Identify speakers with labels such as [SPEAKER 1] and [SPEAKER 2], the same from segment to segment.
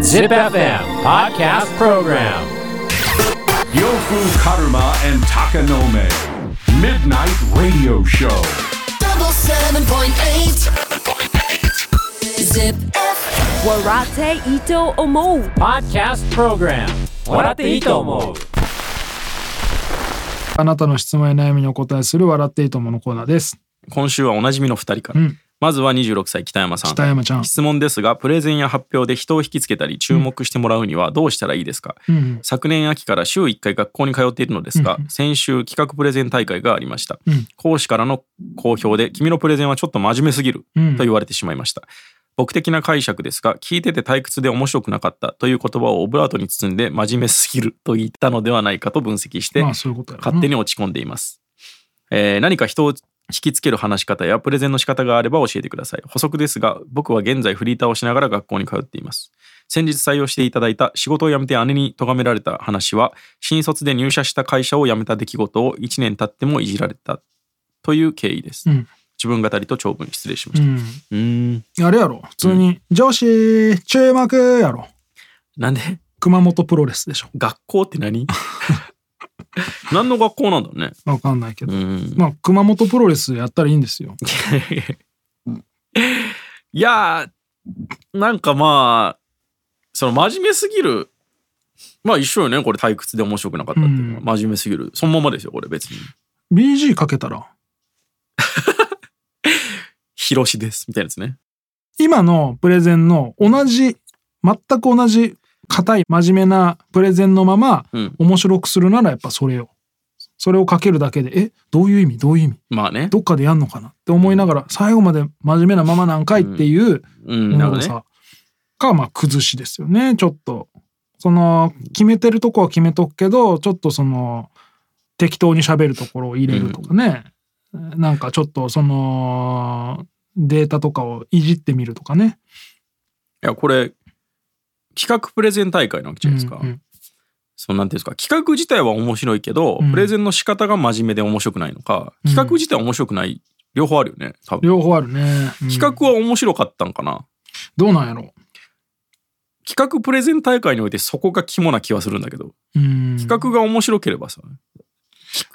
[SPEAKER 1] Zip FM Podcast Program
[SPEAKER 2] Yofu Karuma and Takanome. Midnight Radio Show.
[SPEAKER 3] double seven point eight. Zip.
[SPEAKER 4] Warate Ito Omo.
[SPEAKER 1] Podcast Program 笑っていいと思う
[SPEAKER 5] あなたの質問や悩みにお答えする笑っていいとものコーナーです。
[SPEAKER 6] 今週はおなじみの2人から、
[SPEAKER 5] うん
[SPEAKER 6] まずは26歳北山さん
[SPEAKER 5] 北山ちゃん。
[SPEAKER 6] 質問ですがプレゼンや発表で人を引きつけたり注目してもらうにはどうしたらいいですか、
[SPEAKER 5] うんうん
[SPEAKER 6] 昨年秋から週1回学校に通っているのですが、先週企画プレゼン大会がありました、
[SPEAKER 5] うん
[SPEAKER 6] 講師からの好評で「君のプレゼンはちょっと真面目すぎる」
[SPEAKER 5] うん
[SPEAKER 6] と言われてしまいました、僕的な解釈ですが聞いてて退屈で面白くなかったという言葉をオブラートに包んで真面目すぎると言ったのではないかと分析して、
[SPEAKER 5] まあそういうことやろな
[SPEAKER 6] 勝手に落ち込んでいます、えー何か人を引きつける話し方やプレゼンの仕方があれば教えてください補足ですが僕は現在フリーターをしながら学校に通っています先日採用していただいた仕事を辞めて姉に咎められた話は新卒で入社した会社を辞めた出来事を1年経ってもいじられたという経緯です、
[SPEAKER 5] うん
[SPEAKER 6] 自分語りと長文失礼しま
[SPEAKER 5] う
[SPEAKER 6] した
[SPEAKER 5] ん。
[SPEAKER 6] うーん
[SPEAKER 5] あれやろ普通に「女子注目!」やろ
[SPEAKER 6] なんで
[SPEAKER 5] 熊本プロレスでしょ
[SPEAKER 6] 学校って何 何の学校なんだろうね
[SPEAKER 5] わかんないけ
[SPEAKER 6] う
[SPEAKER 5] ど、
[SPEAKER 6] ん
[SPEAKER 5] まあ熊本プロレスやったらいいんですよ
[SPEAKER 6] いやーなんかまあその真面目すぎるまあ一緒よねこれ退屈で面白くなかったっていうのは、
[SPEAKER 5] うん
[SPEAKER 6] 真面目すぎるそのままですよこれ別に
[SPEAKER 5] BG かけたら
[SPEAKER 6] 「広しです」みたいなやつね
[SPEAKER 5] 今のプレゼンの同じ全く同じ硬い真面目なプレゼンのまま、
[SPEAKER 6] うん
[SPEAKER 5] 面白くするならやっぱそれをそれをかけるだけでえどういう意味どういう意味
[SPEAKER 6] まあね
[SPEAKER 5] どっかでやんのかなって思いながら最後まで真面目なままなんかいっていう、
[SPEAKER 6] うんな
[SPEAKER 5] なん
[SPEAKER 6] る
[SPEAKER 5] か
[SPEAKER 6] ほど
[SPEAKER 5] さ、
[SPEAKER 6] ね
[SPEAKER 5] かまあ崩しですよねちょっとその決めてるとこは決めとくけどちょっとその適当に喋るところを入れるとかね、なんかちょっとそのデータとかをいじってみるとかね
[SPEAKER 6] いやこれ企画プレゼン大会なわけじゃないですか、
[SPEAKER 5] うんうん
[SPEAKER 6] そのなんていうんですか企画自体は面白いけど、
[SPEAKER 5] うん
[SPEAKER 6] プレゼンの仕方が真面目で面白くないのか企画自体は面白くない両方あるよね多分
[SPEAKER 5] 両方あるね、うん
[SPEAKER 6] 企画は面白かったんかな、
[SPEAKER 5] どうなんやろ
[SPEAKER 6] 企画プレゼン大会においてそこが肝な気はするんだけど
[SPEAKER 5] う、うん、
[SPEAKER 6] 企画が面白ければさ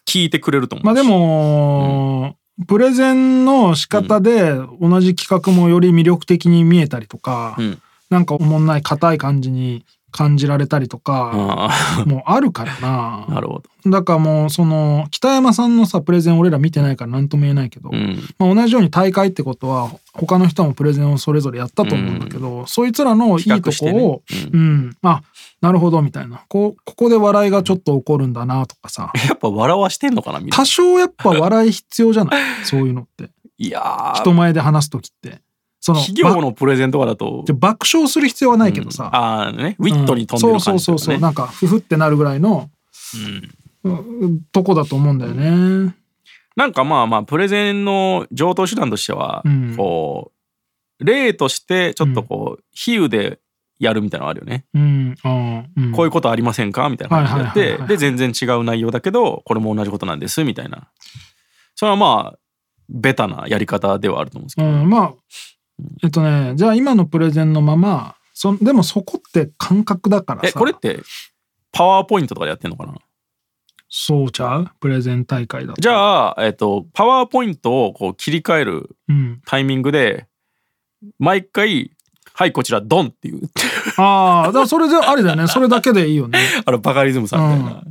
[SPEAKER 6] 聞いてくれると思うし
[SPEAKER 5] まあでも、プレゼンの仕方で同じ企画もより魅力的に見えたりとか、
[SPEAKER 6] うん
[SPEAKER 5] なんかおもんない硬い感じに感じられたりとか、
[SPEAKER 6] あ
[SPEAKER 5] もうあるから
[SPEAKER 6] あな
[SPEAKER 5] な。
[SPEAKER 6] るほど、
[SPEAKER 5] だからもうその北山さんのさプレゼン俺ら見てないから何とも言えないけど、
[SPEAKER 6] うん、
[SPEAKER 5] まあ、同じように大会ってことは他の人もプレゼンをそれぞれやったと思うんだけど、そいつらのいいとこ
[SPEAKER 6] 比較してね
[SPEAKER 5] を、
[SPEAKER 6] う
[SPEAKER 5] うん、あなるほどみたいなこうここで笑いがちょっと起こるんだなとかさ
[SPEAKER 6] やっぱ笑わしてんのかなみんな
[SPEAKER 5] 多少やっぱ笑い必要じゃない そういうのって
[SPEAKER 6] いや
[SPEAKER 5] 人
[SPEAKER 6] ー
[SPEAKER 5] 前で話す時ってその
[SPEAKER 6] 企業
[SPEAKER 5] ば
[SPEAKER 6] のプレゼンとかだと
[SPEAKER 5] じゃ爆笑する必要はないけど
[SPEAKER 6] うん
[SPEAKER 5] さ、
[SPEAKER 6] ああねウィットに飛んでる
[SPEAKER 5] そ
[SPEAKER 6] 感
[SPEAKER 5] う
[SPEAKER 6] じ
[SPEAKER 5] そうそう
[SPEAKER 6] とか
[SPEAKER 5] そう
[SPEAKER 6] ね
[SPEAKER 5] なんかふふってなるぐらいの、
[SPEAKER 6] うん
[SPEAKER 5] うんとこだと思うんだよね。
[SPEAKER 6] なんかまあまあプレゼンの上等手段としては
[SPEAKER 5] うん
[SPEAKER 6] こう例としてちょっとこう比喩でやるみたいなのあるよね
[SPEAKER 5] うん、あーうん、
[SPEAKER 6] こういうことありませんかみたいな感じ
[SPEAKER 5] はいはい
[SPEAKER 6] で
[SPEAKER 5] はい
[SPEAKER 6] や
[SPEAKER 5] は
[SPEAKER 6] っ
[SPEAKER 5] い
[SPEAKER 6] てで全然違う内容だけどこれも同じことなんですみたいなそれはまあベタなやり方ではあると思うんですけ
[SPEAKER 5] う
[SPEAKER 6] ど、
[SPEAKER 5] ん、まあえっとねじゃあ今のプレゼンのままそでもそこって感覚だからさ
[SPEAKER 6] えこれってパワーポイントとかでやってんのかな
[SPEAKER 5] そうちゃうプレゼン大会だと
[SPEAKER 6] じ
[SPEAKER 5] あ、
[SPEAKER 6] ゃあ、えっと、パワーポイントをこう切り替える
[SPEAKER 5] うん、
[SPEAKER 6] タイミングで毎回「はいこちらドン」っていう
[SPEAKER 5] あーだからそれであれだよねそれだけでいいよね
[SPEAKER 6] あのバカリズムさんみたいな、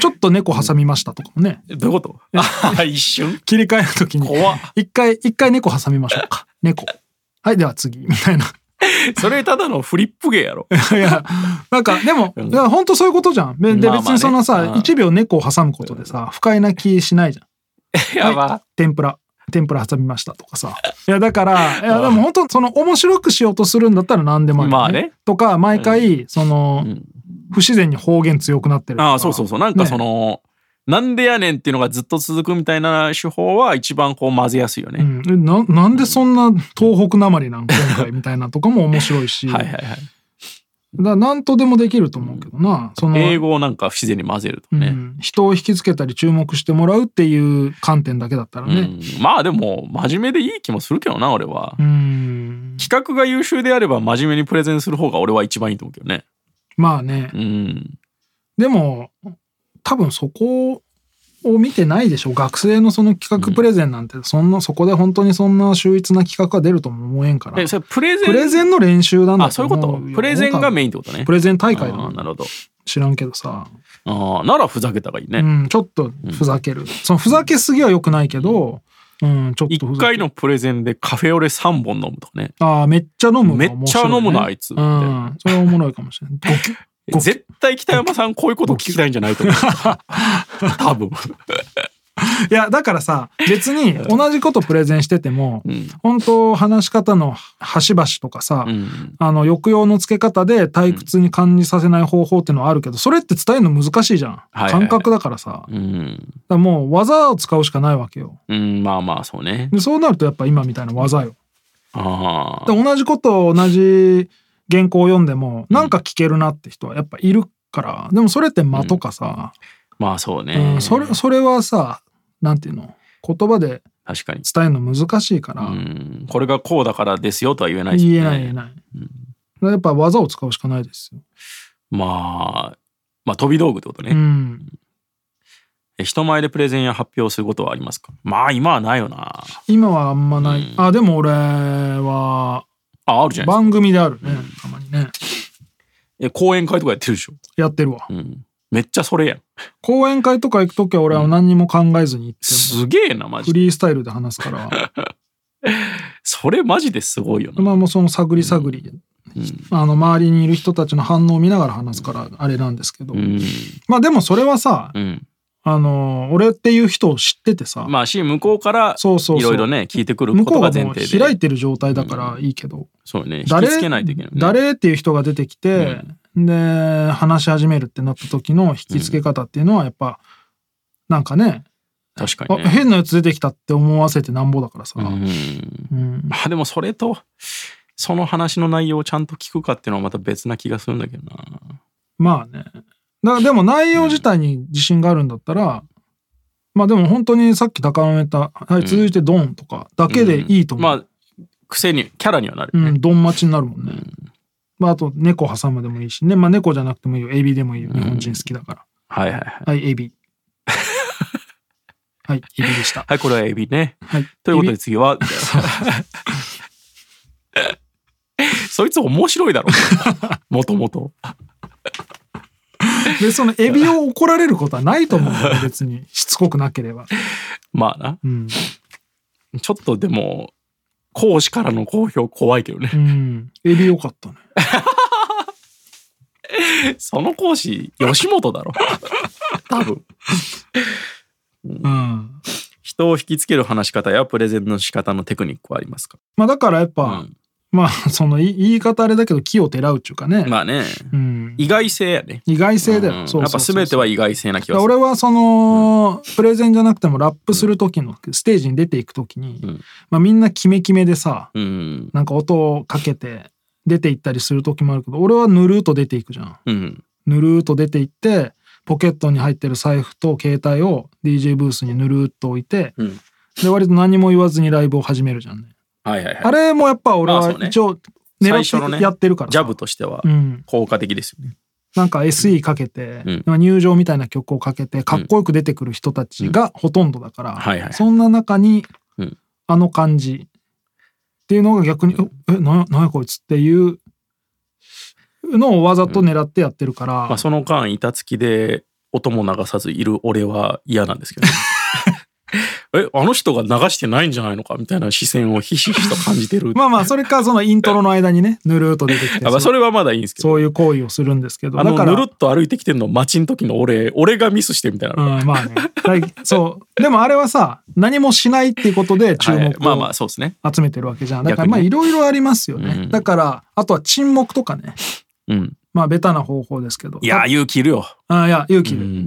[SPEAKER 5] ちょっと猫挟みましたとかもね
[SPEAKER 6] えどういうこと あ一瞬
[SPEAKER 5] 切り替える時に
[SPEAKER 6] 怖っ
[SPEAKER 5] 一回一回猫挟みましょう か猫はいでは次みたいな
[SPEAKER 6] それただのフリップ芸 やろ
[SPEAKER 5] いやなんかでも、
[SPEAKER 6] うん
[SPEAKER 5] いや本当そういうことじゃんでで
[SPEAKER 6] まあまあ
[SPEAKER 5] 別
[SPEAKER 6] ね
[SPEAKER 5] にそのさ、
[SPEAKER 6] うん
[SPEAKER 5] 1秒猫を挟むことでさ不快な気しないじゃん
[SPEAKER 6] やば、
[SPEAKER 5] はい天ぷら天ぷら挟みましたとか さいやだからいやでも本当その面白くしようとするんだったら何でもあるよ、
[SPEAKER 6] まあね
[SPEAKER 5] とか毎回その、
[SPEAKER 6] うん
[SPEAKER 5] 不自然に方言強くなってるとか
[SPEAKER 6] ああそうそうそうなんかその、なんでやねんっていうのがずっと続くみたいな手法は一番こう混ぜやすいよ
[SPEAKER 5] う
[SPEAKER 6] ね、
[SPEAKER 5] ん、えななんでそんな東北なまりなん今回みたいなとかも面白いし
[SPEAKER 6] はいはいはい
[SPEAKER 5] だから何とでもできると思うけどなその
[SPEAKER 6] 英語をなんか不自然に混ぜると
[SPEAKER 5] う
[SPEAKER 6] ね、
[SPEAKER 5] ん、人を引きつけたり注目してもらうっていう観点だけだったらね
[SPEAKER 6] うんまあでも真面目でいい気もするけどな俺は
[SPEAKER 5] う、ん
[SPEAKER 6] 企画が優秀であれば真面目にプレゼンする方が俺は一番いいと思うけどね。
[SPEAKER 5] まあね
[SPEAKER 6] う、ん。
[SPEAKER 5] でも多分そこを見てないでしょ学生のその企画プレゼンなんてそんな、そこで本当にそんな秀逸な企画が出るとも思えんから
[SPEAKER 6] え、それプレゼン
[SPEAKER 5] プレゼンの練習なんだ
[SPEAKER 6] あ、そういうことプレゼンがメインってことね。
[SPEAKER 5] ンプレゼン大会だ
[SPEAKER 6] あーなるほど。
[SPEAKER 5] 知らんけどさ、
[SPEAKER 6] ああ、ならふざけた方がいいね。
[SPEAKER 5] うん、ちょっとふざける、そのふざけすぎは良くないけど、うん、ちょっとふ
[SPEAKER 6] 1
[SPEAKER 5] ざけ
[SPEAKER 6] 回のプレゼンでカフェオレ3本飲むとかね。
[SPEAKER 5] ああめっちゃ飲むの
[SPEAKER 6] め
[SPEAKER 5] 面
[SPEAKER 6] っちゃ
[SPEAKER 5] 白いね
[SPEAKER 6] 飲むな、あい
[SPEAKER 5] う
[SPEAKER 6] つ。
[SPEAKER 5] んそれはおもろいかもしれないごき
[SPEAKER 6] 絶対北山さんこういうこと聞きたいんじゃないと思う。多分。
[SPEAKER 5] いやだからさ別に同じことプレゼンしてても、
[SPEAKER 6] ん
[SPEAKER 5] 本当話し方の端々とかさ、
[SPEAKER 6] うん。
[SPEAKER 5] あの抑揚のつけ方で退屈に感じさせない方法ってのはあるけどそれって伝えるの難しいじゃん、
[SPEAKER 6] いはいはい
[SPEAKER 5] 感覚だからさだか
[SPEAKER 6] うん。
[SPEAKER 5] らもう技を使うしかないわけよ
[SPEAKER 6] うん、まあまあ、そうね。
[SPEAKER 5] でそうなるとやっぱ今みたいな技よ
[SPEAKER 6] ああ。
[SPEAKER 5] で同じことを同じ原稿を読んでもなんか聞けるなって人はやっぱいるからでもそれって間とかさ、
[SPEAKER 6] まあそうね。
[SPEAKER 5] うん、それそれはさなんていうの言葉で
[SPEAKER 6] 確かに。
[SPEAKER 5] 伝えるの難しいから、
[SPEAKER 6] うん。これがこうだからですよとは言えないし、ね。
[SPEAKER 5] 言えない言えない、やっぱ技を使うしかないですよ、
[SPEAKER 6] まあ、まあ飛び道具ってことね。
[SPEAKER 5] うん、
[SPEAKER 6] え人前でプレゼンや発表をすることはありますかまあ今はないよな。
[SPEAKER 5] 今はあんまない、あでも俺は
[SPEAKER 6] あ、あるじゃないですか。
[SPEAKER 5] 番組であるね、たまにね
[SPEAKER 6] え講演会とかやってるでしょ。
[SPEAKER 5] やってるわ
[SPEAKER 6] うん。めっちゃそれやん。
[SPEAKER 5] 講演会とか行く時は俺は何にも考えずに行っても
[SPEAKER 6] すげえな、マジ
[SPEAKER 5] フ
[SPEAKER 6] で。
[SPEAKER 5] リースタイルで話すから
[SPEAKER 6] それマジですごいよな。
[SPEAKER 5] まあもうその探り探り、あの周りにいる人たちの反応を見ながら話すからあれなんですけど、
[SPEAKER 6] うん。
[SPEAKER 5] まあでもそれはさ、
[SPEAKER 6] うん。
[SPEAKER 5] あの俺っていう人を知っててさ、
[SPEAKER 6] まあし、向こうから、
[SPEAKER 5] そうそうそう
[SPEAKER 6] いろいろね、聞いてくる
[SPEAKER 5] 向
[SPEAKER 6] こ
[SPEAKER 5] ことう
[SPEAKER 6] が
[SPEAKER 5] が
[SPEAKER 6] 前
[SPEAKER 5] も
[SPEAKER 6] 提
[SPEAKER 5] う
[SPEAKER 6] で。
[SPEAKER 5] 開いてる状態だからいいけど、
[SPEAKER 6] そうね。引き
[SPEAKER 5] 誰
[SPEAKER 6] つけないといけない、ね。
[SPEAKER 5] 誰っていう人が出てきて、で話し始めるってなった時の引き付け方っていうのはやっぱ、なんかね
[SPEAKER 6] 確か
[SPEAKER 5] あ
[SPEAKER 6] に、ね。
[SPEAKER 5] 変なやつ出てきたって思わせてなんぼだからさ、
[SPEAKER 6] うん。
[SPEAKER 5] うん
[SPEAKER 6] まあでもそれと、その話の内容をちゃんと聞くかっていうのはまた別な気がするんだけどな。
[SPEAKER 5] まあねだからでも内容自体に自信があるんだったら、まあでも本当にさっき高めた「はい続いてドン」とかだけでいいと思う、
[SPEAKER 6] まあ、癖に、キャラにはなる
[SPEAKER 5] う
[SPEAKER 6] よね。
[SPEAKER 5] ん、ドン待ちになるもんね。まあ、あと、猫挟むでもいいしね。まあ、猫じゃなくてもいいよ。エビでもいいよ。日本人好きだから。
[SPEAKER 6] はいはいはい。
[SPEAKER 5] はい、エ ビ。はい、エビでした。
[SPEAKER 6] はい、これはエビね。
[SPEAKER 5] はい。
[SPEAKER 6] ということ
[SPEAKER 5] エ
[SPEAKER 6] で
[SPEAKER 5] ビ
[SPEAKER 6] 次は、 みたいなそいつ面白い だろう、もともと。
[SPEAKER 5] で、そのエビを怒られることはないと思うんだ よ。別に。しつこくなければ。
[SPEAKER 6] まあな。
[SPEAKER 5] うん。
[SPEAKER 6] ちょっとでも、講師からの好評怖いけどね
[SPEAKER 5] う。ん。エビよかったね。
[SPEAKER 6] その講師、吉本だろ。多分。
[SPEAKER 5] うん。
[SPEAKER 6] 人を引きつける話し方やプレゼンの仕方のテクニックはありますか、
[SPEAKER 5] まあ、だからやっぱ、
[SPEAKER 6] うん
[SPEAKER 5] まあ、そのい言い方あれだけど、木をてらうっていうかね。
[SPEAKER 6] まあね、
[SPEAKER 5] うん。
[SPEAKER 6] 意外性やね。
[SPEAKER 5] 意外性だ
[SPEAKER 6] う
[SPEAKER 5] よ。
[SPEAKER 6] ん
[SPEAKER 5] そうそうそう
[SPEAKER 6] やっぱ全ては意外性な気
[SPEAKER 5] だ
[SPEAKER 6] が
[SPEAKER 5] から
[SPEAKER 6] する。
[SPEAKER 5] 俺はその、プレゼンじゃなくてもラップする時の、ステージに出ていく時に、
[SPEAKER 6] ん
[SPEAKER 5] まあみんなキメキメでさ
[SPEAKER 6] うん。
[SPEAKER 5] なんか音をかけて出て行ったりする時もあるけど俺はぬるーと出ていくじゃん
[SPEAKER 6] うん。
[SPEAKER 5] ぬるーと出て行ってポケットに入ってる財布と携帯を DJ ブースにぬるーっと置いて、
[SPEAKER 6] うん
[SPEAKER 5] で割と何も言わずにライブを始めるじゃんね
[SPEAKER 6] はいはい
[SPEAKER 5] あ
[SPEAKER 6] は
[SPEAKER 5] れもやっぱ俺
[SPEAKER 6] まあ
[SPEAKER 5] は
[SPEAKER 6] そうね
[SPEAKER 5] 一応
[SPEAKER 6] 最初
[SPEAKER 5] 狙
[SPEAKER 6] の
[SPEAKER 5] っ
[SPEAKER 6] ね
[SPEAKER 5] てやってるか
[SPEAKER 6] い。
[SPEAKER 5] ら
[SPEAKER 6] ジ
[SPEAKER 5] さ
[SPEAKER 6] ャブとしては
[SPEAKER 5] うん
[SPEAKER 6] 効果的ですよね。
[SPEAKER 5] なんか SE かけて、
[SPEAKER 6] うん
[SPEAKER 5] まあ入場みたいな曲をかけてかっこよく出てくる人たちがほとんどだから、
[SPEAKER 6] はいはい
[SPEAKER 5] そんな中に、
[SPEAKER 6] うん
[SPEAKER 5] あの感じっていうのが逆に「ええななんやこいつ」っていうのをわざと狙ってやってるから、
[SPEAKER 6] まあ、その間板付きで音も流さずいる俺は嫌なんですけど、 ね、えあの人が流してないんじゃないのかみたいな視線をひしひしと感じて る
[SPEAKER 5] まあまあそれかそのイントロの間にねぬるーっと出てきて
[SPEAKER 6] あまあ
[SPEAKER 5] そ
[SPEAKER 6] そうれはまだいいんですけど
[SPEAKER 5] そういう行為をするんですけど
[SPEAKER 6] あ
[SPEAKER 5] だ
[SPEAKER 6] の
[SPEAKER 5] から
[SPEAKER 6] ぬるっと歩いてきてるの待ちん時の俺俺がミスしてみたいなのが、
[SPEAKER 5] うん、まあねだいそうでもあれはさ何もしないっていうことで注
[SPEAKER 6] は
[SPEAKER 5] 目
[SPEAKER 6] いまあま
[SPEAKER 5] を
[SPEAKER 6] あそうですね
[SPEAKER 5] 集めてるわけじゃんだか
[SPEAKER 6] 逆
[SPEAKER 5] ら
[SPEAKER 6] に
[SPEAKER 5] まあ
[SPEAKER 6] ね
[SPEAKER 5] いろいろありますよね、
[SPEAKER 6] うん
[SPEAKER 5] だからあとは沈黙とかね
[SPEAKER 6] うん
[SPEAKER 5] まあベタな方法ですけど
[SPEAKER 6] いや勇気いるよ、
[SPEAKER 5] あいや勇
[SPEAKER 6] う
[SPEAKER 5] 気いる、
[SPEAKER 6] ん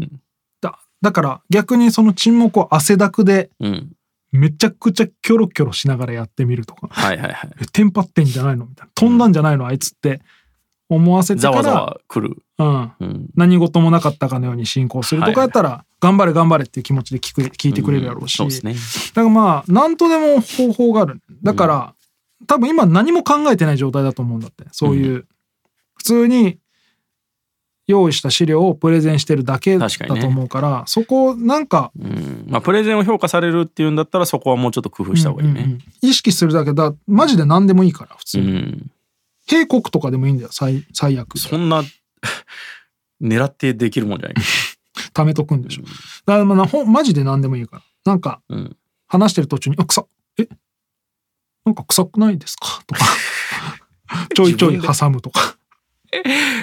[SPEAKER 5] だだから逆にその沈黙を汗だくで
[SPEAKER 6] うん、
[SPEAKER 5] めちゃくちゃキョロキョロしながらやってみるとか
[SPEAKER 6] はいはいはい
[SPEAKER 5] えテンパってんじゃないのみたいな飛んだんじゃないのあいつって思わせて
[SPEAKER 6] ざ
[SPEAKER 5] か
[SPEAKER 6] わざ
[SPEAKER 5] ら、
[SPEAKER 6] わ来る、
[SPEAKER 5] うん、
[SPEAKER 6] うん、
[SPEAKER 5] 何事もなかったかのように進行するとかやったら、頑張れ頑張れっていう気持ちで聞く聞いてくれるやろうし、
[SPEAKER 6] そうですね
[SPEAKER 5] だからまあ何とでも方法があるだから、多分今何も考えてない状態だと思うんだってそういう、普通に用意した資料をプレゼンしてるだけだ
[SPEAKER 6] 確かにね
[SPEAKER 5] と思うからそこをなんか
[SPEAKER 6] うんまあ、プレゼンを評価されるっていうんだったらそこはもうちょっと工夫した方がいい
[SPEAKER 5] うんうんう
[SPEAKER 6] ね
[SPEAKER 5] ん意識するだけだマジで何でもいいから普
[SPEAKER 6] う
[SPEAKER 5] 通
[SPEAKER 6] ん、
[SPEAKER 5] に、兵国とかでもいいんだよ最最悪
[SPEAKER 6] そんな 狙ってできるもんじゃないか、
[SPEAKER 5] 貯めとくんでしょだからまあなほんマジで何でもいいからなんか
[SPEAKER 6] うん、
[SPEAKER 5] 話してる途中に「あ臭っえなんか臭くないですか?」 とかちょいちょい挟むとか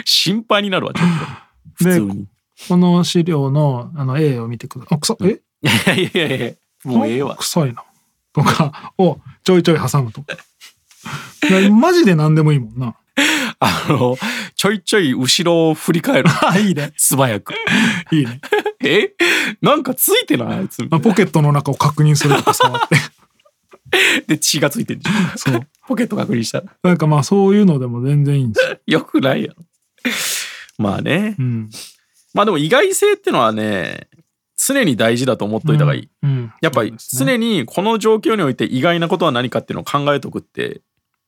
[SPEAKER 6] 心配になるわちょっと普
[SPEAKER 5] で
[SPEAKER 6] 通に
[SPEAKER 5] この資料のあの A を見てください「あ臭っえ
[SPEAKER 6] いや いやいやいやもうええ
[SPEAKER 5] あ
[SPEAKER 6] わ
[SPEAKER 5] 臭いな」とかをちょいちょい挟むとかでマジで何でもいいもんな
[SPEAKER 6] あのちょいちょい後ろを振 り返るいいね素早く
[SPEAKER 5] いいね、
[SPEAKER 6] えなんかついてないあいつ
[SPEAKER 5] まあ、ポケットの中を確認するとか触って
[SPEAKER 6] で血がついてるじゃん
[SPEAKER 5] そう
[SPEAKER 6] ポケット確認したら
[SPEAKER 5] なんかまあそういうのでも全然いいんですよ、
[SPEAKER 6] よくないやろまあね
[SPEAKER 5] うん、
[SPEAKER 6] まあでも意外性ってのはね常に大事だと思っといた方がいい、
[SPEAKER 5] うん、
[SPEAKER 6] やっぱり
[SPEAKER 5] そうで
[SPEAKER 6] 常にこの状況において意外なことは何かっていうのを考えとくって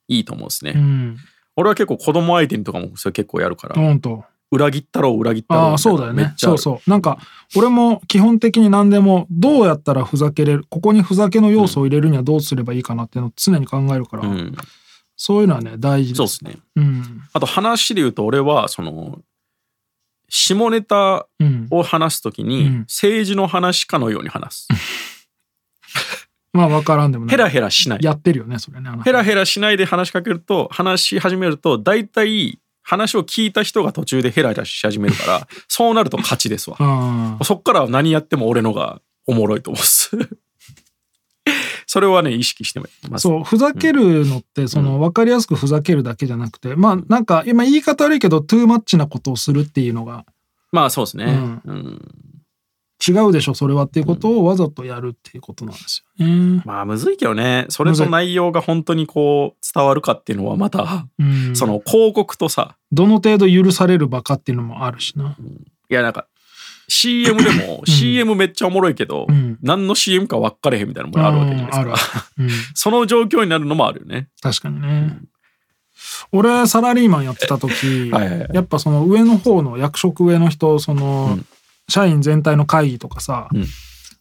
[SPEAKER 6] いいと思うんですね、
[SPEAKER 5] すねうん
[SPEAKER 6] 俺は結構子供相手にとかもそれ結構やるから、
[SPEAKER 5] ほんと
[SPEAKER 6] 裏切ったろう裏切ったろ
[SPEAKER 5] ああそうだよ
[SPEAKER 6] めっ
[SPEAKER 5] ね
[SPEAKER 6] ちゃあ
[SPEAKER 5] そう
[SPEAKER 6] る
[SPEAKER 5] そうなんか俺も基本的に何でもどうやったらふざけれるここにふざけの要素を入れるにはどうすればいいかなっていうのを常に考えるから、
[SPEAKER 6] うん、
[SPEAKER 5] そういうのはね大事
[SPEAKER 6] そ
[SPEAKER 5] で
[SPEAKER 6] うですすね
[SPEAKER 5] うん
[SPEAKER 6] あと話で言うと俺はその下ネタ
[SPEAKER 5] うん
[SPEAKER 6] を話すとき
[SPEAKER 5] う
[SPEAKER 6] に
[SPEAKER 5] ん
[SPEAKER 6] 政治の話かのように話す、
[SPEAKER 5] まあ分からんでもない
[SPEAKER 6] ヘラヘラしない
[SPEAKER 5] やってるよねそれねあなた
[SPEAKER 6] ヘラヘラしないで話しかけると話し始めると大体話を聞いた人が途中でヘラヘラし始めるからそうなると勝ちですわ
[SPEAKER 5] うん
[SPEAKER 6] そっからは何やっても俺のがおもろいと思うっすそれはね意識してます
[SPEAKER 5] そうふざけるのってその分かりやすくふざけるだけじゃなくてまあなんか今言い方悪いけどトゥーマッチなことをするっていうのが
[SPEAKER 6] まあそうですね、
[SPEAKER 5] うん
[SPEAKER 6] うん
[SPEAKER 5] 違うでしょそれはっていうことをわざとやるっていうことなんですよね。
[SPEAKER 6] まあむずいけどねそれと内容が本当にこう伝わるかっていうのはまた
[SPEAKER 5] うん、
[SPEAKER 6] その広告とさ
[SPEAKER 5] どの程度許されるバカっていうのもあるしな。
[SPEAKER 6] いやなんか CM でも CM めっちゃおもろいけど、
[SPEAKER 5] うん
[SPEAKER 6] 何の CM か分かれへんみたいなのもあるわけじゃないですか、
[SPEAKER 5] うんあるあるうん
[SPEAKER 6] その状況になるのもあるよね。
[SPEAKER 5] 確かにね。俺サラリーマンやってた時
[SPEAKER 6] はいはいはい
[SPEAKER 5] やっぱその上の方の役職上の人その、
[SPEAKER 6] うん
[SPEAKER 5] 社員全体の会議とかさ、
[SPEAKER 6] うん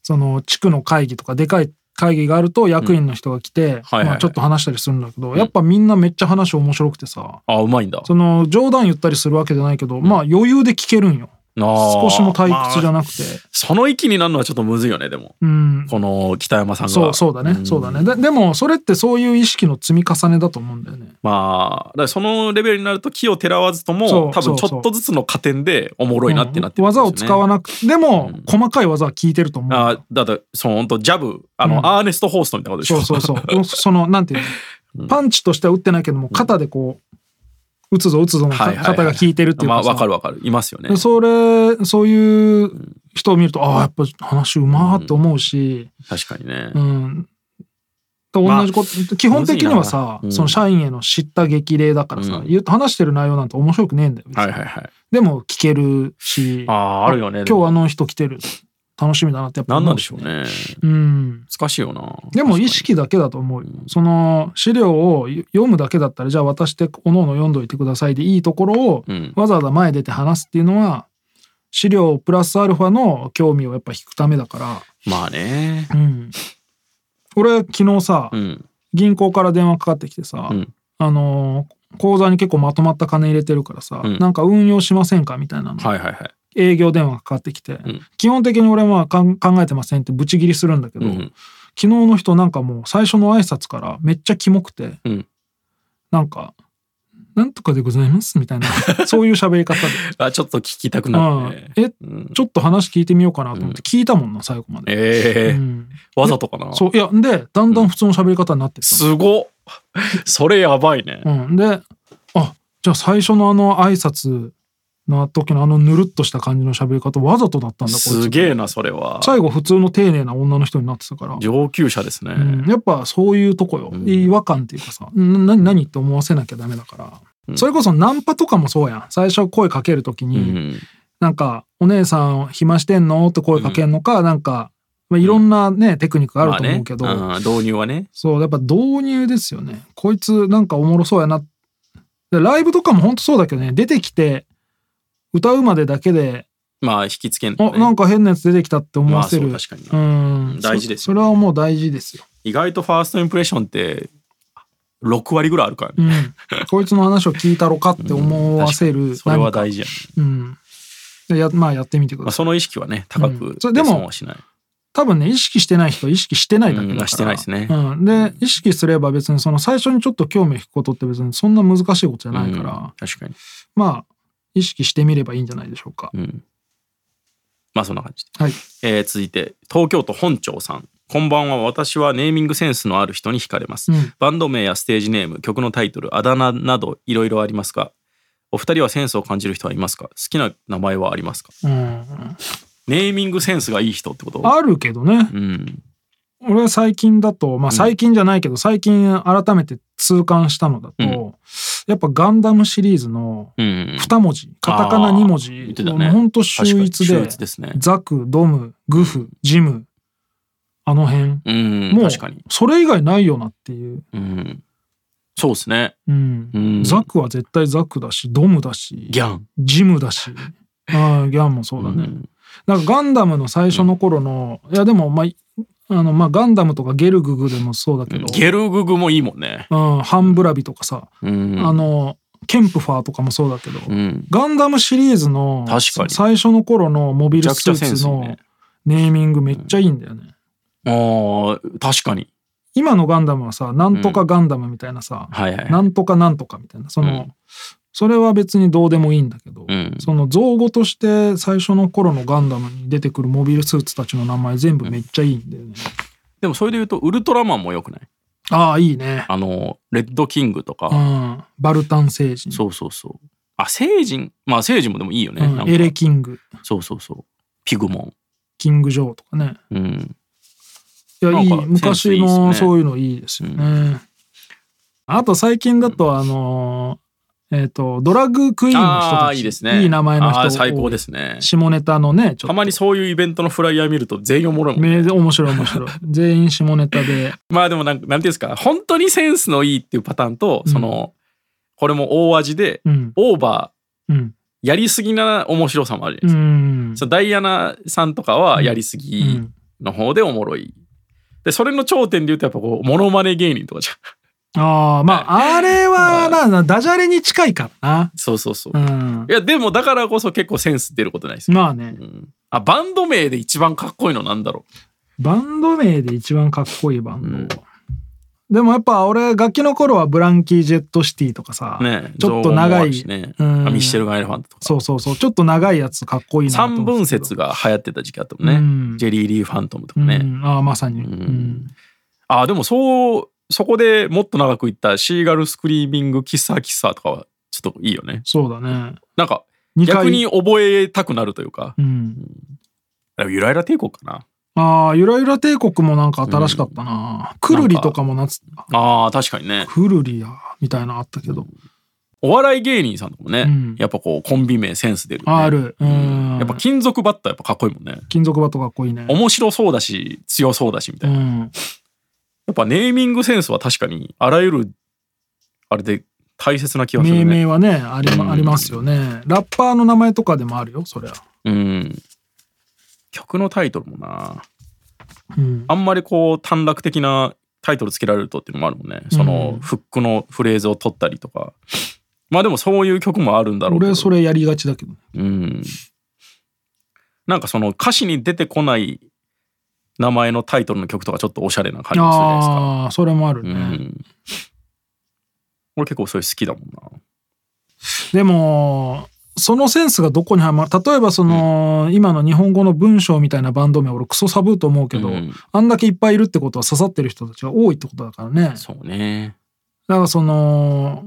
[SPEAKER 5] その地区の会議とかでかい会議があると役員の人が来て、
[SPEAKER 6] はいはい
[SPEAKER 5] まあ、ちょっと話したりするんだけど、やっぱみんなめっちゃ話面白くてさ
[SPEAKER 6] あ、うまいんだ。
[SPEAKER 5] その冗談言ったりするわけじゃないけど、まあ余裕で聞けるんよ
[SPEAKER 6] 少
[SPEAKER 5] 少しも退屈じゃ
[SPEAKER 6] い。
[SPEAKER 5] なくて、
[SPEAKER 6] その域になるのはちょっとむずいよね、でも。
[SPEAKER 5] うん
[SPEAKER 6] この北山さんが。
[SPEAKER 5] そうそうだね、
[SPEAKER 6] ん
[SPEAKER 5] そうだねででもそれってそういう意識の積み重ねだと思うんだよね
[SPEAKER 6] まあ、だからそのレベルになると木をてらわずと
[SPEAKER 5] そ
[SPEAKER 6] も、
[SPEAKER 5] う
[SPEAKER 6] 多分ち
[SPEAKER 5] そうそう
[SPEAKER 6] ょっとずつの加点でおもろいなってなって
[SPEAKER 5] うん
[SPEAKER 6] るんで
[SPEAKER 5] 技
[SPEAKER 6] すよね
[SPEAKER 5] を使わなくでも、
[SPEAKER 6] うん
[SPEAKER 5] 細かい技は効いてると思う
[SPEAKER 6] あだって、その本当ジャブ、あ
[SPEAKER 5] う
[SPEAKER 6] の、
[SPEAKER 5] ん
[SPEAKER 6] アーネスト・ホーストみたいなことでし
[SPEAKER 5] そ
[SPEAKER 6] ょ。
[SPEAKER 5] うそう そうそのなんていうのパンチとしては打ってないけども肩でこう打つぞ打つぞの
[SPEAKER 6] はいはいはい
[SPEAKER 5] 肩が効いてるっていう
[SPEAKER 6] まあ、
[SPEAKER 5] さ
[SPEAKER 6] わかるわかる。いますよね。
[SPEAKER 5] それそういう人を見るとああやっぱ話うまーって思うし、
[SPEAKER 6] 確かにね。
[SPEAKER 5] うんと同じこと、基本的にはさ、
[SPEAKER 6] むずいなうん
[SPEAKER 5] その社員への知った激励だからさ、
[SPEAKER 6] うん
[SPEAKER 5] 言う話してる内容なんて面白くねえんだよ、別に
[SPEAKER 6] はいはいはい。
[SPEAKER 5] でも聞けるし
[SPEAKER 6] ああ、あるよね。
[SPEAKER 5] 今日あ
[SPEAKER 6] は。
[SPEAKER 5] の人来てる楽しみだなってやっぱ
[SPEAKER 6] 何
[SPEAKER 5] 思
[SPEAKER 6] なん
[SPEAKER 5] う
[SPEAKER 6] でしょうね。
[SPEAKER 5] うん
[SPEAKER 6] 難しいよな。
[SPEAKER 5] でも意識だけだと思うよ
[SPEAKER 6] うん
[SPEAKER 5] その資料を読むだけだったらじゃあ渡しておのおの読んどいてくださいでいいところを
[SPEAKER 6] 確かに。うん。
[SPEAKER 5] わざわざ前出て話すっていうのは資料プラスアルファの興味をやっぱ引くためだか
[SPEAKER 6] まあね。
[SPEAKER 5] ら、うん、俺昨日さ、
[SPEAKER 6] うん。
[SPEAKER 5] 銀行から電話かかってきてさ、
[SPEAKER 6] うん
[SPEAKER 5] あのー口座に結構まとまった金入れてるからさ、
[SPEAKER 6] うん
[SPEAKER 5] なんか運用しませんかみたいなの、
[SPEAKER 6] はいはいはい。
[SPEAKER 5] 営業電話かかってきて、
[SPEAKER 6] ん
[SPEAKER 5] 基本的に俺はかん考えてませんってブチ切りするんだけど、
[SPEAKER 6] うん。
[SPEAKER 5] 昨日の人なんかもう最初の挨拶からめっちゃキモくて、
[SPEAKER 6] うん
[SPEAKER 5] なんか「なんとかでございます」みた いなそういう喋り方で、
[SPEAKER 6] あ、ちょっと聞きたく
[SPEAKER 5] う
[SPEAKER 6] なるね
[SPEAKER 5] ん。え
[SPEAKER 6] うん
[SPEAKER 5] ちょっと話聞いてみようかなと思って聞いたもんな最後まで、
[SPEAKER 6] ええ
[SPEAKER 5] うん
[SPEAKER 6] わざとかな。
[SPEAKER 5] そういやでだんだん普通の喋り方になってった
[SPEAKER 6] すごっそれやばいね。
[SPEAKER 5] の、うん、であじゃあ最初のあの挨拶の時のあのぬるっとした感じの喋り方わざとだったんだこいつ
[SPEAKER 6] すげえな、それは。
[SPEAKER 5] 最後普通の丁寧な女の人になってたから
[SPEAKER 6] 上級者ですね。
[SPEAKER 5] うん、やっぱそういうとこよ、
[SPEAKER 6] ん
[SPEAKER 5] 違和感っていうかさん何何って思わせなきゃダメだから、
[SPEAKER 6] ん
[SPEAKER 5] それこそナンパとかもそうやん最初声かけるとき
[SPEAKER 6] う
[SPEAKER 5] に、
[SPEAKER 6] ん
[SPEAKER 5] なんか「お姉さん暇してんの?」って声かけんのか、なんかまあ、いろんなね、テクニックある
[SPEAKER 6] まあ
[SPEAKER 5] と思
[SPEAKER 6] ね
[SPEAKER 5] うけど、
[SPEAKER 6] うん導入はね
[SPEAKER 5] そうやっぱ導入ですよねこいつなんかおもろそうやなでライブとかもほんとそうだけどね出てきて歌うまでだけで
[SPEAKER 6] まあ引きつけん
[SPEAKER 5] あ、
[SPEAKER 6] とかね
[SPEAKER 5] なんか変なやつ出てきたって思
[SPEAKER 6] ま
[SPEAKER 5] わ
[SPEAKER 6] あそ
[SPEAKER 5] せる、
[SPEAKER 6] う確かにな
[SPEAKER 5] うん
[SPEAKER 6] 大事ですよ
[SPEAKER 5] そそれはもう大事ですよ、
[SPEAKER 6] 意外とファーストインプレッションって6割ぐらいあるから
[SPEAKER 5] う
[SPEAKER 6] ね、
[SPEAKER 5] ん、こいつの話を聞いたろかって思わせる、
[SPEAKER 6] それは大事やね、
[SPEAKER 5] うんでやまあやってみてく
[SPEAKER 6] まあ、
[SPEAKER 5] ださい
[SPEAKER 6] その意識はね高
[SPEAKER 5] う
[SPEAKER 6] く
[SPEAKER 5] んそれでも
[SPEAKER 6] 出損はしない、
[SPEAKER 5] 多分ね意識してない人は意識してないだけだから、
[SPEAKER 6] うんまあしてないですね
[SPEAKER 5] うん、で意識すれば別にその最初にちょっと興味を引くことって別にそんな難しいことじゃないから、
[SPEAKER 6] うん確かに、
[SPEAKER 5] まあ意識してみればいいんじゃないでしょうか、
[SPEAKER 6] うん、まあそんな感じで
[SPEAKER 5] はい
[SPEAKER 6] えー続いて東京都本町さんこんばんは私はネーミングセンスのある人に惹かれます、
[SPEAKER 5] うん
[SPEAKER 6] バンド名やステージネーム曲のタイトルあだ名などいろいろありますがお二人はセンスを感じる人はいますか好きな名前はありますか
[SPEAKER 5] うん、
[SPEAKER 6] ネーミングセンスがいい人ってこと
[SPEAKER 5] あるけどね
[SPEAKER 6] うん
[SPEAKER 5] 俺は最近だとまあ最近じゃないけど、最近改めて痛感したのだと、
[SPEAKER 6] うん
[SPEAKER 5] やっぱガンダムシリーズの
[SPEAKER 6] うん
[SPEAKER 5] 2文字カタカナ2文字
[SPEAKER 6] 言ってたね
[SPEAKER 5] ほんと秀逸
[SPEAKER 6] 確
[SPEAKER 5] で
[SPEAKER 6] かに秀逸ですね
[SPEAKER 5] ザクドムグフジムあの辺、
[SPEAKER 6] うん
[SPEAKER 5] もう
[SPEAKER 6] 確かに、
[SPEAKER 5] それ以外ないよなっていう、
[SPEAKER 6] うん、そうですね、
[SPEAKER 5] うん
[SPEAKER 6] うん、
[SPEAKER 5] ザクは絶対ザクだしドムだし
[SPEAKER 6] ギャン、
[SPEAKER 5] ジムだしあギャンもそうだね、
[SPEAKER 6] うん
[SPEAKER 5] なんかガンダムの最初の頃の、いやでもまあいあのまあガンダムとかゲルググでもそうだけど、
[SPEAKER 6] ゲルググもいいもんね、
[SPEAKER 5] うん、ハンブラビとかさ、
[SPEAKER 6] うん、
[SPEAKER 5] あのケンプファーとかもそうだけど、
[SPEAKER 6] うん、
[SPEAKER 5] ガンダムシリーズの
[SPEAKER 6] 確かに
[SPEAKER 5] 最初の頃のモビルス
[SPEAKER 6] めちゃくちゃセ
[SPEAKER 5] ー
[SPEAKER 6] ンス
[SPEAKER 5] ツ
[SPEAKER 6] いい
[SPEAKER 5] の
[SPEAKER 6] ね
[SPEAKER 5] ネーミングめっちゃいいんだよね。
[SPEAKER 6] あー確かに
[SPEAKER 5] 今のガンダムはさなんとかガンダムみたいなさ、
[SPEAKER 6] はいはい
[SPEAKER 5] なんとかなんとかみたいなその、
[SPEAKER 6] うん
[SPEAKER 5] それは別にどうでもいいんだけど、
[SPEAKER 6] うん
[SPEAKER 5] その造語として最初の頃のガンダムに出てくるモビルスーツたちの名前全部めっちゃいいんだよね。
[SPEAKER 6] でもそれで言うとウルトラマンもよくない
[SPEAKER 5] ああいいね。
[SPEAKER 6] あのレッドキングとか、
[SPEAKER 5] うん、バルタン星人、
[SPEAKER 6] そうそうそうあ星人まあ星人もでもいいよね、
[SPEAKER 5] うん
[SPEAKER 6] なんか
[SPEAKER 5] エレキング
[SPEAKER 6] そうそうそうピグモ
[SPEAKER 5] キングジョーとかね。
[SPEAKER 6] ンうん
[SPEAKER 5] いや
[SPEAKER 6] ないん
[SPEAKER 5] い
[SPEAKER 6] かセンスい
[SPEAKER 5] 昔
[SPEAKER 6] いっすね
[SPEAKER 5] のそういうのいいですよね。あと最近だとあのーえっ、とドラッグクイーンの人
[SPEAKER 6] あ
[SPEAKER 5] た
[SPEAKER 6] あ
[SPEAKER 5] ち
[SPEAKER 6] いいですね
[SPEAKER 5] 名前の人
[SPEAKER 6] あー
[SPEAKER 5] 多い
[SPEAKER 6] 最高ですね
[SPEAKER 5] 下ネタのねちょっと
[SPEAKER 6] たまにそういうイベントのフライヤー見ると全員おもろいもん
[SPEAKER 5] め面白い面 白い全員下ネタで
[SPEAKER 6] まあでもなんかなんていうんですか本当にセンスのいいっていうパターンと、そのこれも大味で、
[SPEAKER 5] うん
[SPEAKER 6] オーバ
[SPEAKER 5] うん
[SPEAKER 6] ーやりすぎな面白さもあるじ
[SPEAKER 5] う
[SPEAKER 6] ゃないですか、
[SPEAKER 5] ん
[SPEAKER 6] そうダイアナさんとかはやりす
[SPEAKER 5] う
[SPEAKER 6] ぎ
[SPEAKER 5] ん
[SPEAKER 6] の方でおもろい。でそれの頂点で言うとやっぱこうモノマネ芸人とかじゃん。
[SPEAKER 5] ああまああれはななダジャレに近いから
[SPEAKER 6] そうそうそう。
[SPEAKER 5] なうん
[SPEAKER 6] いやでもだからこそ結構センス出ることないですよ。
[SPEAKER 5] まあね
[SPEAKER 6] うんあバンド名で一番かっこいいのなんだろ
[SPEAKER 5] バンド名で一番かっこいいバンド、でもやっぱ俺楽器の頃はブランキー・ジェット・シティとかさ、
[SPEAKER 6] う。ね
[SPEAKER 5] ちょっと長
[SPEAKER 6] 造語もあ
[SPEAKER 5] い
[SPEAKER 6] るしね。
[SPEAKER 5] うん
[SPEAKER 6] あミッシェルガンエレファントとか。
[SPEAKER 5] そうそうそう。ちょっと長いやつかっこいいなと思
[SPEAKER 6] 三
[SPEAKER 5] うんで
[SPEAKER 6] 分
[SPEAKER 5] すけど。
[SPEAKER 6] 節が流行ってた時期あったもんね。
[SPEAKER 5] うん
[SPEAKER 6] ジェリー・リー・ファントムとかね。
[SPEAKER 5] うん、ああ、まさに。うん
[SPEAKER 6] んあでもそうそこでもっと長くいったシーガル・スクリーミング・キッサー・キッサーとかはちょっといいよね。
[SPEAKER 5] そうだね。
[SPEAKER 6] なんか
[SPEAKER 5] 二回
[SPEAKER 6] 逆に覚えたくなるというか
[SPEAKER 5] う。ん。
[SPEAKER 6] でもゆらゆら帝国かな。
[SPEAKER 5] ああ、ゆらゆら帝国もなんか新しかったな。くるりとかもなつ、
[SPEAKER 6] ああ確かにね。
[SPEAKER 5] くるりや、みたいなのあったけど。
[SPEAKER 6] お笑い芸人さんとかもね、
[SPEAKER 5] うん
[SPEAKER 6] やっぱこうコンビ名センス出る、ね。
[SPEAKER 5] ある。うん。
[SPEAKER 6] やっぱ金属バッターやっぱかっこいいもんね。
[SPEAKER 5] 金属バットかっこいいね。
[SPEAKER 6] 面白そうだし強そうだしみた
[SPEAKER 5] う
[SPEAKER 6] いな。や
[SPEAKER 5] ん。
[SPEAKER 6] っぱネーミングセンスは確かにあらゆるあれで大切な気がす
[SPEAKER 5] 命
[SPEAKER 6] るね。
[SPEAKER 5] 名はね、あり,、
[SPEAKER 6] うん
[SPEAKER 5] ありますよね。ラッパーの名前とかでもあるよ、そりゃ。
[SPEAKER 6] うん。曲のタイトルもな。
[SPEAKER 5] うん。
[SPEAKER 6] あんまりこう短絡的なタイトルつけられるとっていうのもあるもんね。そのフックのフレーズを取ったりとか。まあでもそういう曲もあるんだろうけど。
[SPEAKER 5] 俺、それやりがちだけど。
[SPEAKER 6] うん。なんかその歌詞に出てこない名前のタイトルの曲とかちょっとおしゃれな感じがするじゃな
[SPEAKER 5] ああ、それもあるね。
[SPEAKER 6] いですか。うん。俺結構それ好きだもんな。
[SPEAKER 5] でもそのセンスがどこにはまる例えばその、今の日本語の文章みたいなバンド名俺クソサブと思うけど、
[SPEAKER 6] うん
[SPEAKER 5] あんだけいっぱいいるってことは刺さってる人たちが多いってことだからね
[SPEAKER 6] そうね。
[SPEAKER 5] だからその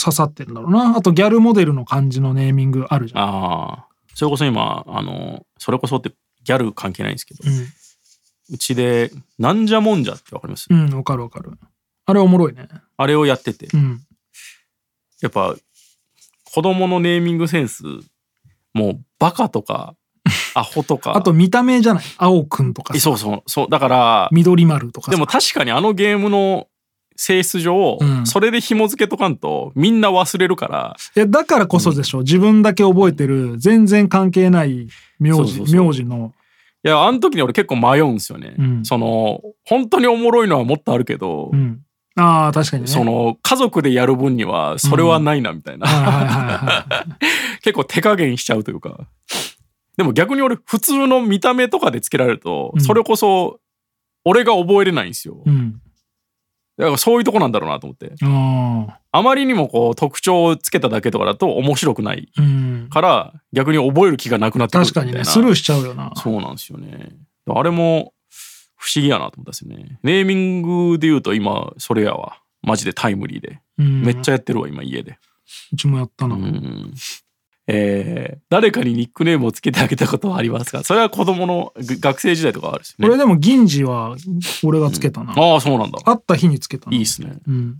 [SPEAKER 5] 刺さってるんだろうなあとギャルモデルの感じのネーミングあるじゃん
[SPEAKER 6] ああ。それこそ今、あの、それこそってギャル関係ないんですけど、
[SPEAKER 5] う
[SPEAKER 6] うちで、なんじゃもんじゃってわかります、
[SPEAKER 5] ん、うん、わかるわかるあれおもろいね
[SPEAKER 6] あれをやってて、
[SPEAKER 5] うん
[SPEAKER 6] や っぱ、子供のネーミングセンス、もうバカとか、アホとか
[SPEAKER 5] あと見た目じゃない青くんとかさ
[SPEAKER 6] そうそうそうだから
[SPEAKER 5] 緑丸とか
[SPEAKER 6] で
[SPEAKER 5] さ
[SPEAKER 6] も確かにあのゲームの性質上、
[SPEAKER 5] うん
[SPEAKER 6] それで紐付けとかんとみんな忘れるから
[SPEAKER 5] いやだからこそでしょ自分だけ覚えてる全然関係ない名
[SPEAKER 6] そう
[SPEAKER 5] 字
[SPEAKER 6] そうそう
[SPEAKER 5] 名字の
[SPEAKER 6] いやあの時に俺結構迷うんですよね、
[SPEAKER 5] うん
[SPEAKER 6] その本当におもろいのはもっとあるけど、
[SPEAKER 5] うんああ確かにね
[SPEAKER 6] その家族でやる分にはそれはないなみたいな、
[SPEAKER 5] はいはいはいはい
[SPEAKER 6] 結構手加減しちゃうというかでも逆に俺普通の見た目とかでつけられると、
[SPEAKER 5] うん
[SPEAKER 6] それこそ俺が覚えれないんですよ、
[SPEAKER 5] うん
[SPEAKER 6] だからそういうとこなんだろうなと思って
[SPEAKER 5] あ
[SPEAKER 6] あまりにもこう特徴をつけただけとかだと面白くない
[SPEAKER 5] あうん
[SPEAKER 6] から逆に覚える気がなくなってくるみ
[SPEAKER 5] 確
[SPEAKER 6] た
[SPEAKER 5] か
[SPEAKER 6] い
[SPEAKER 5] に
[SPEAKER 6] な
[SPEAKER 5] ねスルーしちゃうよな
[SPEAKER 6] そうなんですよねあれも不思議やなと思ったですねネーミングで言うと今それやわマジでタイムリーで
[SPEAKER 5] め
[SPEAKER 6] めっちゃやってるわ今家で
[SPEAKER 5] うちもやったな
[SPEAKER 6] うんえー誰かにニックネームをつけてあげたことはありますかそれは子供のぐ学生時代とかはあるです
[SPEAKER 5] これ
[SPEAKER 6] ね
[SPEAKER 5] でも銀次は俺がつけたな
[SPEAKER 6] ああそうなんだ
[SPEAKER 5] 会った日につけたない
[SPEAKER 6] いっすね、
[SPEAKER 5] うん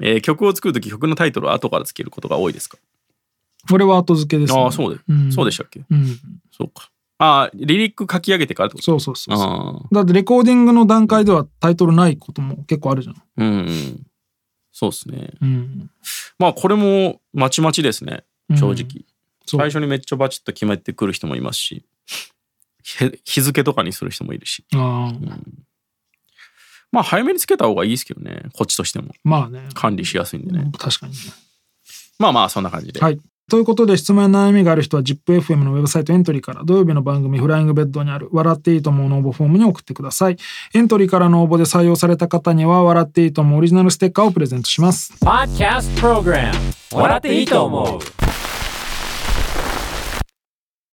[SPEAKER 6] えー曲を作るとき曲のタイトルは後からつけることが多いですか
[SPEAKER 5] 俺は後付けですね
[SPEAKER 6] ああそうで、
[SPEAKER 5] うん
[SPEAKER 6] そうでしたっけ
[SPEAKER 5] うん
[SPEAKER 6] そうかああリリック書き上げてからってこと
[SPEAKER 5] そうそうそうそう
[SPEAKER 6] ああ
[SPEAKER 5] だってレコーディングの段階ではタイトルないことも結構あるじゃん
[SPEAKER 6] うんうんそうですね
[SPEAKER 5] うん
[SPEAKER 6] まあこれもまちまちですね正直、
[SPEAKER 5] うんそう
[SPEAKER 6] 最初にめっちゃバチッと決めてくる人もいますしへ日付とかにする人もいるし
[SPEAKER 5] ああ
[SPEAKER 6] まあ早めにつけた方がいいですけどねこっちとしても
[SPEAKER 5] まあね
[SPEAKER 6] 管理しやすいんでね、
[SPEAKER 5] 確かにね
[SPEAKER 6] まあまあそんな感じで、
[SPEAKER 5] はい。ということで質問や悩みがある人は ZIPFM のウェブサイトエントリーから土曜日の番組フライングベッドにある笑っていいと思うの応募フォームに送ってください。エントリーからの応募で採用された方には笑っていいと思うオリジナルステッカーをプレゼントします。
[SPEAKER 1] Podcast Program 笑っていいと思う